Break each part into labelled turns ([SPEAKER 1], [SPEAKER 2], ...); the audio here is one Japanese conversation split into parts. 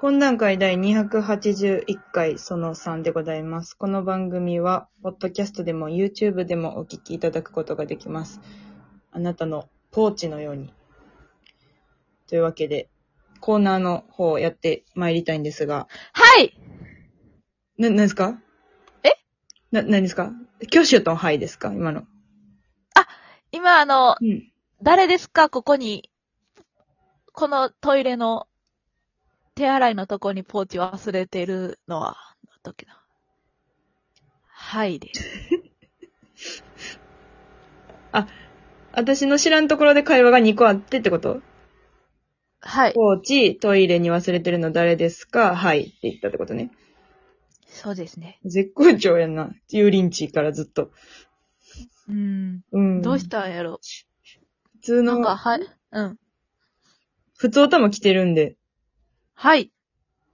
[SPEAKER 1] 懇談会第281回その3でございます。この番組は、ポッドキャストでも YouTube でもお聞きいただくことができます。あなたのポーチのように。というわけで、コーナーの方をやってまいりたいんですが、
[SPEAKER 2] はい
[SPEAKER 1] な、なんですか
[SPEAKER 2] え
[SPEAKER 1] な、なんですか挙手とはいですか今の。
[SPEAKER 2] 今あの、
[SPEAKER 1] うん。
[SPEAKER 2] 誰ですかここに、このトイレの手洗いのとこにポーチ忘れてるのは、の時の。はいです。
[SPEAKER 1] 私の知らんところで会話が2個あってってこと
[SPEAKER 2] はい。
[SPEAKER 1] ポーチ、トイレに忘れてるの誰ですかはいって言ったってことね。
[SPEAKER 2] そうですね。
[SPEAKER 1] 絶好調やんな。油淋鶏からずっと。
[SPEAKER 2] うん。
[SPEAKER 1] うん。
[SPEAKER 2] どうしたんやろ、
[SPEAKER 1] 普通
[SPEAKER 2] な
[SPEAKER 1] の
[SPEAKER 2] ん、か、はい。うん。
[SPEAKER 1] 普通歌も来てるんで。
[SPEAKER 2] はい。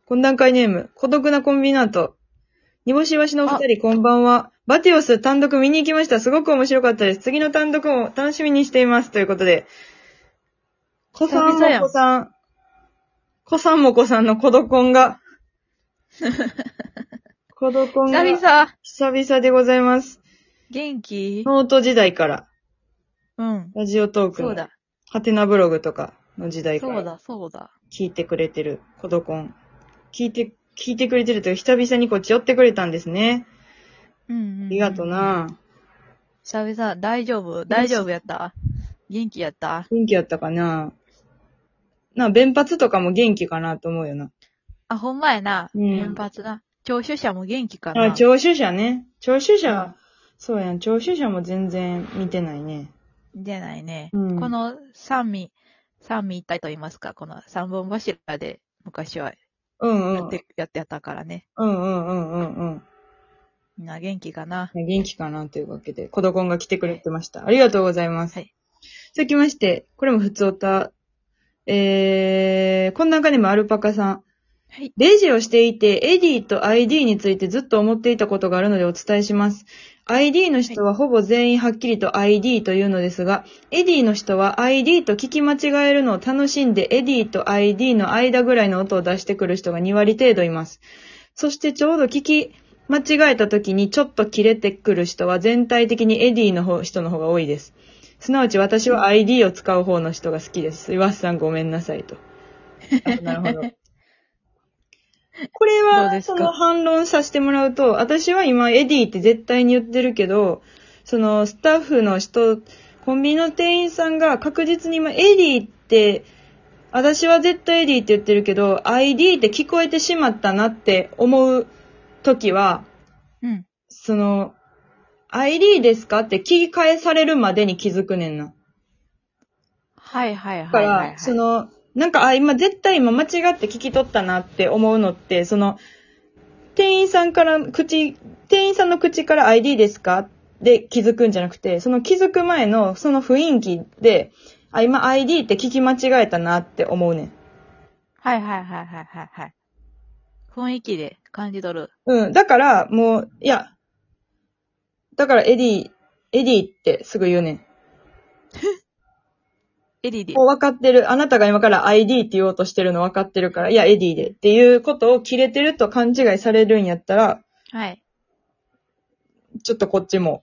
[SPEAKER 1] 懇談会ネーム、孤独なコンビナート。煮干しわしのお二人、こんばんは。バティオス単独見に行きました。すごく面白かったです。次の単独も楽しみにしています。ということで。子さん
[SPEAKER 2] 久々や
[SPEAKER 1] も
[SPEAKER 2] ん
[SPEAKER 1] 子さん。子さんも子さんの孤独音 が。孤独音が
[SPEAKER 2] 久々、
[SPEAKER 1] 久々でございます。
[SPEAKER 2] 元気
[SPEAKER 1] ノート時代から、
[SPEAKER 2] うん。
[SPEAKER 1] ラジオトーク
[SPEAKER 2] そう
[SPEAKER 1] の、
[SPEAKER 2] だ。
[SPEAKER 1] ハテナブログとかの時代か
[SPEAKER 2] そう
[SPEAKER 1] ら
[SPEAKER 2] だ、そうだ。
[SPEAKER 1] 聞いてくれてる、コドコン。聞いて、聞いてくれてるというか久々にこっち寄ってくれたんですね。
[SPEAKER 2] うんうんうん、
[SPEAKER 1] ありがとう。な
[SPEAKER 2] 久々、大丈夫大丈夫やった元気やった
[SPEAKER 1] 元気やったかななあ、弁髪とかも元気かなと思うよな。
[SPEAKER 2] あ、ほんまやな。
[SPEAKER 1] うん
[SPEAKER 2] 原発な。聴取者も元気かな。
[SPEAKER 1] あ、聴取者ね。聴取
[SPEAKER 2] う
[SPEAKER 1] 者
[SPEAKER 2] ん、
[SPEAKER 1] そうやん。聴取者も全然見てないね。
[SPEAKER 2] 出ないね。
[SPEAKER 1] うん
[SPEAKER 2] この三味、三味一体と言いますか、この三本柱で昔は
[SPEAKER 1] うんう
[SPEAKER 2] や
[SPEAKER 1] ん。う
[SPEAKER 2] っ
[SPEAKER 1] んう
[SPEAKER 2] て、
[SPEAKER 1] ん
[SPEAKER 2] やってたからね。
[SPEAKER 1] うんうんうん
[SPEAKER 2] みんな元気かな。
[SPEAKER 1] うん。元気かなというわけで、コドコンが来てくれてました。ありがとうございます。
[SPEAKER 2] はい
[SPEAKER 1] 続きまして、これも普通おた。えー、こんな中にもアルパカさん。
[SPEAKER 2] はい。
[SPEAKER 1] レジをしていて、エディと ID についてずっと思っていたことがあるのでお伝えします。ID の人はほぼ全員はっきりと ID というのですが、エディの人は ID と聞き間違えるのを楽しんで、エディと ID の間ぐらいの音を出してくる人が2割程度います。そしてちょうど聞き間違えた時にちょっと切れてくる人は全体的にエディの方人の方が多いです。すなわち私は ID を使う方の人が好きです。岩瀬さんごめんなさいと。あなるほど。これ
[SPEAKER 2] どう
[SPEAKER 1] は、
[SPEAKER 2] です
[SPEAKER 1] そ
[SPEAKER 2] か
[SPEAKER 1] の反論させてもらうと、私は今エディって絶対に言ってるけど、そのスタッフの人、コンビニの店員さんが確実に今エディって、私は絶対エディって言ってるけど、ID って聞こえてしまったなって思う時は、
[SPEAKER 2] うん。
[SPEAKER 1] その、ID ですかって聞き返されるまでに気づくねんな。
[SPEAKER 2] はいはい
[SPEAKER 1] だか
[SPEAKER 2] はい
[SPEAKER 1] ら、
[SPEAKER 2] はい、はい。
[SPEAKER 1] その、なんか、あ、今絶対今間違って聞き取ったなって思うのって、その、店員さんから、口、店員さんの口から ID ですかで気づくんじゃなくて、その気づく前のその雰囲気で、あ、今 ID って聞き間違えたなって思うねん。
[SPEAKER 2] はいはいはいはいはいはい。雰囲気で感じ取る。
[SPEAKER 1] うん。だから、もう、いや、だからエディ、エディってすぐ言うねん。
[SPEAKER 2] エリディ
[SPEAKER 1] も。う分かってる。あなたが今から ID って言おうとしてるの分かってるから、いや、エディでっていうことを切れてると勘違いされるんやったら、
[SPEAKER 2] はい。
[SPEAKER 1] ちょっとこっちも、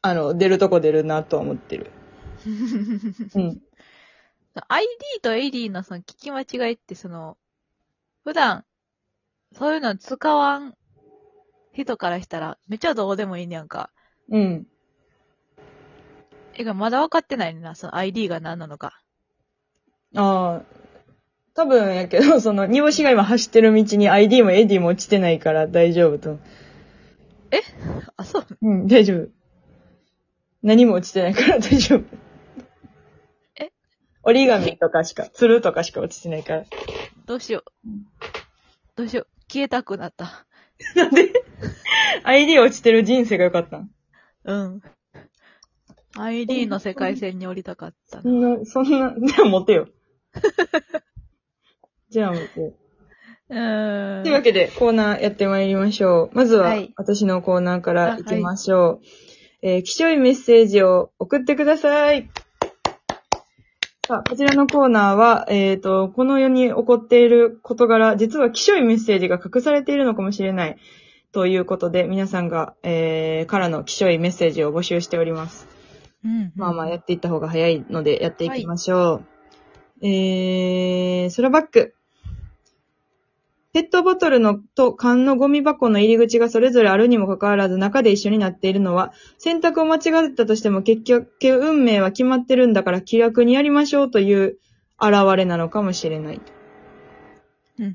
[SPEAKER 1] あの、出るとこ出るなとは思ってる。うん。
[SPEAKER 2] ID とエリーのその聞き間違いってその、普段、そういうの使わん人からしたら、めっちゃどうでもいいねやんか。
[SPEAKER 1] うん。
[SPEAKER 2] え、まだ分かってないねんな、その ID が何なのか。
[SPEAKER 1] ああ。多分やけど、その、煮干しが今走ってる道に ID もエディも落ちてないから大丈夫と。
[SPEAKER 2] あ、そう。
[SPEAKER 1] うん、大丈夫。何も落ちてないから大丈夫。
[SPEAKER 2] え
[SPEAKER 1] 折り紙とかしか、鶴とかしか落ちてないから。
[SPEAKER 2] どうしよう
[SPEAKER 1] うん。
[SPEAKER 2] どうしよう。消えたくなった。
[SPEAKER 1] なんで ?ID 落ちてる人生が良かったん
[SPEAKER 2] うん。ID の世界線に降りたかった
[SPEAKER 1] そ
[SPEAKER 2] な。
[SPEAKER 1] んな、そんな、じゃあ持て よ。じゃあ持てよ。
[SPEAKER 2] うーん。
[SPEAKER 1] というわけで、コーナーやってまいりましょう。まずは
[SPEAKER 2] はい、
[SPEAKER 1] 私のコーナーから行きましょう。えー、貴重いメッセージを送ってください。さあ、こちらのコーナーは、えっ、と、この世に起こっている事柄、実は希少いメッセージが隠されているのかもしれない。ということで、皆さんが、えー、からの希少いメッセージを募集しております。
[SPEAKER 2] うん。
[SPEAKER 1] まあまあ、やっていった方が早いので、やっていきましょう。えー、ソラバッグ。ペットボトルのと缶のゴミ箱の入り口がそれぞれあるにもかかわらず中で一緒になっているのは、選択を間違ったとしても結局運命は決まってるんだから気楽にやりましょうという現れなのかもしれない。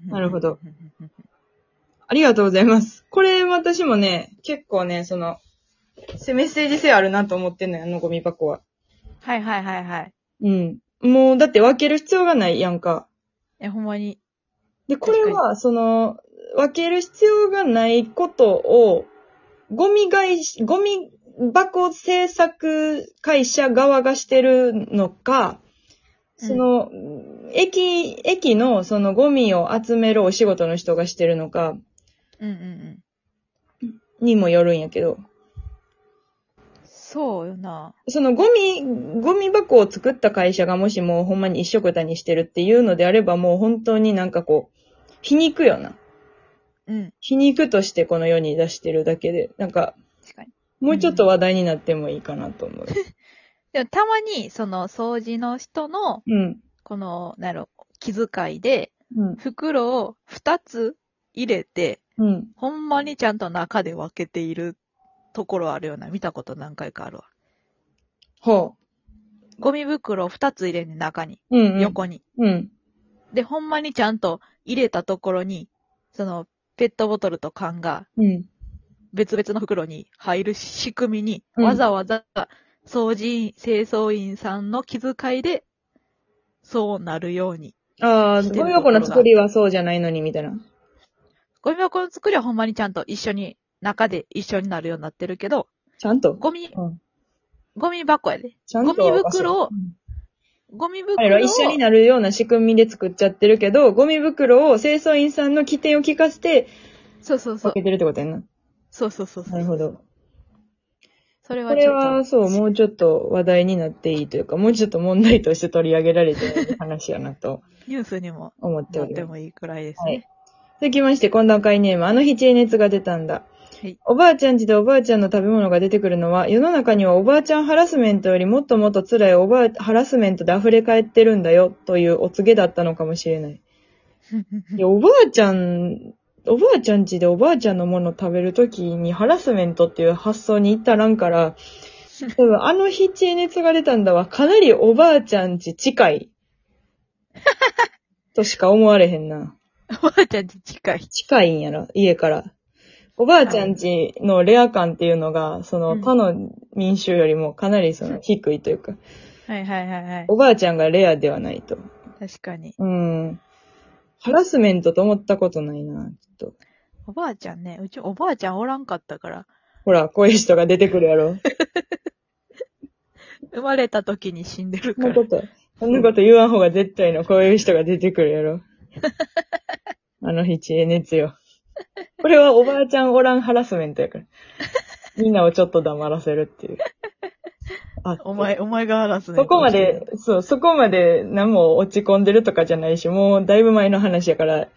[SPEAKER 1] なるほど。ありがとうございます。これ私もね、結構ね、その、せメッセージ性あるなと思ってんのよ、あのゴミ箱は。
[SPEAKER 2] はいはいはいはい。
[SPEAKER 1] うん。もう、だって分ける必要がないやんか。
[SPEAKER 2] え、ほんまに。
[SPEAKER 1] で、これは、その、分ける必要がないことを、ゴミ会し、ゴミ箱制作会社側がしてるのか、その、駅、駅のそのゴミを集めるお仕事の人がしてるのか
[SPEAKER 2] うんうんうん。
[SPEAKER 1] にもよるんやけど、
[SPEAKER 2] そうよな。
[SPEAKER 1] そのゴミ、ゴミ箱を作った会社がもしもうほんまに一緒くたにしてるっていうのであればもう本当になんかこう、皮肉よな。
[SPEAKER 2] うん。
[SPEAKER 1] 皮肉としてこの世に出してるだけで、なんか、
[SPEAKER 2] 確かに。
[SPEAKER 1] もうちょっと話題になってもいいかなと思う。
[SPEAKER 2] でもたまに、その掃除の人の、
[SPEAKER 1] うん。
[SPEAKER 2] この、なる気遣いで、
[SPEAKER 1] うん。
[SPEAKER 2] 袋を二つ入れて、
[SPEAKER 1] うん。
[SPEAKER 2] ほんまにちゃんと中で分けているところあるような、見たこと何回かあるわ。
[SPEAKER 1] ほ
[SPEAKER 2] ゴミ袋を二つ入れんねん中に、
[SPEAKER 1] う。うん、うん。。
[SPEAKER 2] 横に。
[SPEAKER 1] うん。
[SPEAKER 2] で、ほんまにちゃんと入れたところに、その、ペットボトルと缶が
[SPEAKER 1] うん。
[SPEAKER 2] 別々の袋に入る仕組みに、
[SPEAKER 1] うん
[SPEAKER 2] わざわざ掃除員、清掃員さんの気遣いで、そうなるように。
[SPEAKER 1] ああ、
[SPEAKER 2] 来てる
[SPEAKER 1] ゴミ箱の作りはそうじゃないのに、みたいな。
[SPEAKER 2] ゴミ箱の作りはほんまにちゃんと一緒に、中で一緒になるようになってるけど、
[SPEAKER 1] ちゃんと。
[SPEAKER 2] ゴミ、
[SPEAKER 1] うん
[SPEAKER 2] ゴミ箱やで。
[SPEAKER 1] ちゃんと。
[SPEAKER 2] ゴミ袋を
[SPEAKER 1] うん
[SPEAKER 2] ゴミ
[SPEAKER 1] あれは
[SPEAKER 2] 袋を
[SPEAKER 1] 一緒になるような仕組みで作っちゃってるけど、ゴミ袋を清掃員さんの起点を聞かせて、
[SPEAKER 2] そうそうそ
[SPEAKER 1] 分
[SPEAKER 2] う。
[SPEAKER 1] けてるってことやんな。
[SPEAKER 2] そうそうそうそう。
[SPEAKER 1] なるほど。
[SPEAKER 2] それは
[SPEAKER 1] こ
[SPEAKER 2] ち
[SPEAKER 1] れ
[SPEAKER 2] ょっと。
[SPEAKER 1] は、そう、もうちょっと話題になっていいというか、もうちょっと問題として取り上げられてる話やなと
[SPEAKER 2] ニュースにも
[SPEAKER 1] 思って
[SPEAKER 2] な
[SPEAKER 1] お
[SPEAKER 2] っ
[SPEAKER 1] り
[SPEAKER 2] て
[SPEAKER 1] ます。
[SPEAKER 2] もいいくらいです
[SPEAKER 1] はい
[SPEAKER 2] ね。
[SPEAKER 1] 続きまして、懇談会ネーム、あの日知恵熱が出たんだ。
[SPEAKER 2] はい
[SPEAKER 1] おばあちゃん家でおばあちゃんの食べ物が出てくるのは、世の中にはおばあちゃんハラスメントよりもっともっと辛いおばあハラスメントで溢れ返ってるんだよ、というお告げだったのかもしれない。 いや、おばあちゃん、おばあちゃん家でおばあちゃんのもの食べるときにハラスメントっていう発想に至らんから、多分あの日知恵熱が出たんだは、かなりおばあちゃん家近 い。としか思われへんな。
[SPEAKER 2] おばあちゃんち近い。
[SPEAKER 1] 近いんやろ、家から。おばあちゃんちのレア感っていうのが、そうの
[SPEAKER 2] ん
[SPEAKER 1] 他の民衆よりもかなりその低いというか、
[SPEAKER 2] はいはいはいはい。
[SPEAKER 1] おばあちゃんがレアではないと。
[SPEAKER 2] 確かに。
[SPEAKER 1] うん。ハラスメントと思ったことないな、ちょっと。
[SPEAKER 2] おばあちゃんね、うちおばあちゃんおらんかったから、
[SPEAKER 1] ほら、こういう人が出てくるやろ。
[SPEAKER 2] 生まれた時に死んでる
[SPEAKER 1] そ
[SPEAKER 2] か
[SPEAKER 1] んなこ
[SPEAKER 2] ら。
[SPEAKER 1] と、そんなこと言わん方が絶対の、こういう人が出てくるや ろ。あの日知恵熱よ。これはおばあちゃんおらんハラスメントやから。みんなをちょっと黙らせる っていう。あ
[SPEAKER 2] お前、お前が話すね。
[SPEAKER 1] そこまで、そう、そこまで何も落ち込んでるとかじゃないし、もうだいぶ前の話やから、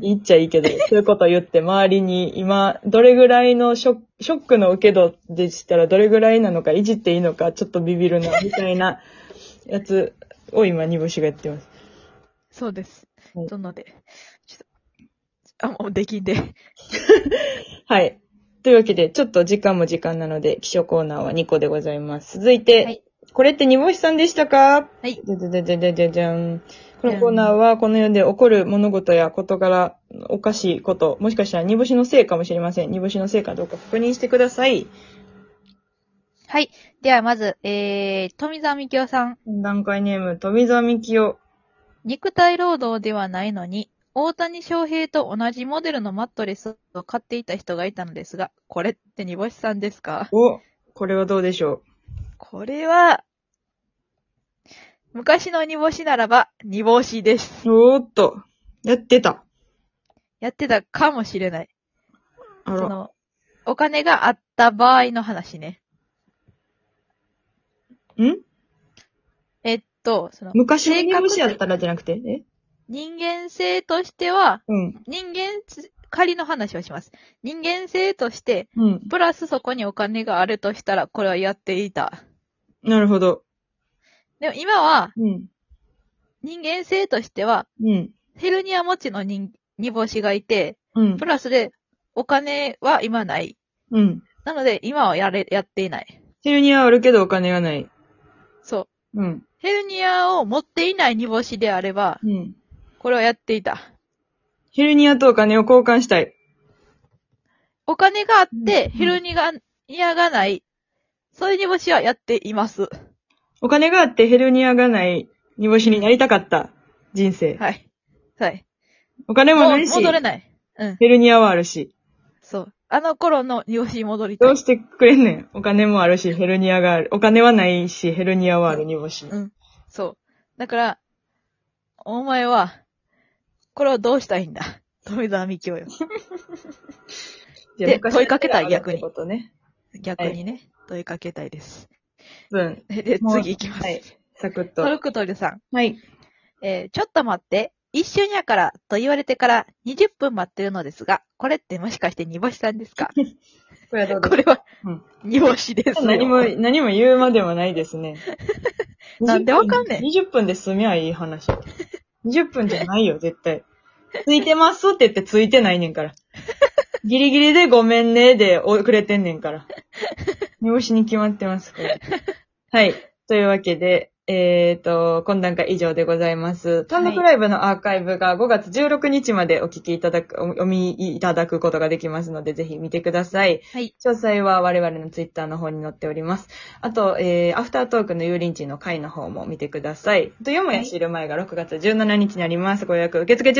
[SPEAKER 1] 言っちゃいいけど、そういうこと言って周りに今、どれぐらいのショックショックの受け度でしたらどれぐらいなのか、いじっていいのか、ちょっとビビるな、みたいなやつを今、煮干しがやってます。
[SPEAKER 2] そうです。
[SPEAKER 1] はい
[SPEAKER 2] なので、ちょっと、あ、もうできんで。
[SPEAKER 1] はい。というわけで、ちょっと時間も時間なので、気象コーナーは2個でございます。続いて、
[SPEAKER 2] はい
[SPEAKER 1] これって煮干しさんでしたか
[SPEAKER 2] はい。
[SPEAKER 1] じゃじゃじゃじゃじゃじゃじゃん。このコーナーは、この世で起こる物事や事柄、おかしいこと、もしかしたら煮干しのせいかもしれません。煮干しのせいかどうか確認してください。
[SPEAKER 2] はい。ではまず、えー、富澤美京さん。
[SPEAKER 1] 段階ネーム、富澤美樹夫。
[SPEAKER 2] 肉体労働ではないのに、大谷翔平と同じモデルのマットレスを買っていた人がいたのですが、これって煮干しさんですか
[SPEAKER 1] お、これはどうでしょ
[SPEAKER 2] これは、昔の煮干しならば、煮干しです。
[SPEAKER 1] う。おーっと、やってた。
[SPEAKER 2] やってたかもしれない。
[SPEAKER 1] あ
[SPEAKER 2] そ
[SPEAKER 1] ら、
[SPEAKER 2] の、お金があった場合の話ね。
[SPEAKER 1] ん
[SPEAKER 2] えっと、その、
[SPEAKER 1] 昔の
[SPEAKER 2] 性格
[SPEAKER 1] ゲーム誌やったらじゃなくて、え
[SPEAKER 2] 人間性としては、
[SPEAKER 1] うん。
[SPEAKER 2] 人間つ、仮の話をします。人間性として、
[SPEAKER 1] うん。
[SPEAKER 2] プラスそこにお金があるとしたら、これはやっていた。
[SPEAKER 1] なるほど。
[SPEAKER 2] でも今は、
[SPEAKER 1] うん。
[SPEAKER 2] 人間性としては、
[SPEAKER 1] うん。
[SPEAKER 2] ヘルニア持ちの人、煮干しがいて、
[SPEAKER 1] うん
[SPEAKER 2] プ。ラスで、お金は今ない。
[SPEAKER 1] うん。
[SPEAKER 2] なので、今はやれ、やっていない。
[SPEAKER 1] ヘルニアはあるけどお金がない。
[SPEAKER 2] そう。
[SPEAKER 1] うん。
[SPEAKER 2] ヘルニアを持っていない煮干しであれば、
[SPEAKER 1] うん。
[SPEAKER 2] これはやっていた。
[SPEAKER 1] ヘルニアとお金を交換したい。
[SPEAKER 2] お金があって、
[SPEAKER 1] うん
[SPEAKER 2] ヘルニアがない。そういう煮干しはやっています。
[SPEAKER 1] お金があってヘルニアがない煮干しになりたかった。人生。
[SPEAKER 2] はい。はい。
[SPEAKER 1] お金も
[SPEAKER 2] もう
[SPEAKER 1] ないし、
[SPEAKER 2] 戻れない。うん。
[SPEAKER 1] ヘルニアはあるし。
[SPEAKER 2] そう。あの頃の煮干しに戻りた
[SPEAKER 1] ど。
[SPEAKER 2] いう
[SPEAKER 1] してくれんねん。お金もあるし、ヘルニアがある。お金はないし、ヘルニアはある煮干し。
[SPEAKER 2] うん。そう。だから、お前は、これをどうしたいんだ。富澤美 京よ。
[SPEAKER 1] じゃあ
[SPEAKER 2] で
[SPEAKER 1] 昔
[SPEAKER 2] 問いかけたい
[SPEAKER 1] の手があるって
[SPEAKER 2] 逆に
[SPEAKER 1] ことね。
[SPEAKER 2] 逆にね、問いかけたいです。
[SPEAKER 1] うん。
[SPEAKER 2] で、で
[SPEAKER 1] もう
[SPEAKER 2] 次行きます。
[SPEAKER 1] はい。サクッ
[SPEAKER 2] ト
[SPEAKER 1] と。
[SPEAKER 2] ルクトルさん。
[SPEAKER 1] はい。
[SPEAKER 2] えーちょっと待って。一瞬やから、と言われてから20分待ってるのですが、これってもしかして煮干しさんですか
[SPEAKER 1] これはどう
[SPEAKER 2] これは
[SPEAKER 1] うん、
[SPEAKER 2] 煮干しですよ。
[SPEAKER 1] 何も、何も言うまでもないですね。
[SPEAKER 2] なんでわかんねん
[SPEAKER 1] ?20 分で済みゃいい話。20分じゃないよ、絶対。ついてますって言ってついてないねんから。ギリギリでごめんねで遅れてんねんから。煮干しに決まってます、これ。はい。というわけで、えーと、懇談会以上でございます。単独ライブのアーカイブが5月16日までお聞きいただく、おお見いただくことができますので、ぜひ見てください。
[SPEAKER 2] はい。
[SPEAKER 1] 詳細は我々のツイッターの方に載っております。あと、えー、アフタートークのユーリンチの会の方も見てください。あと、よもや知る前が6月17日になります。ご予約受付中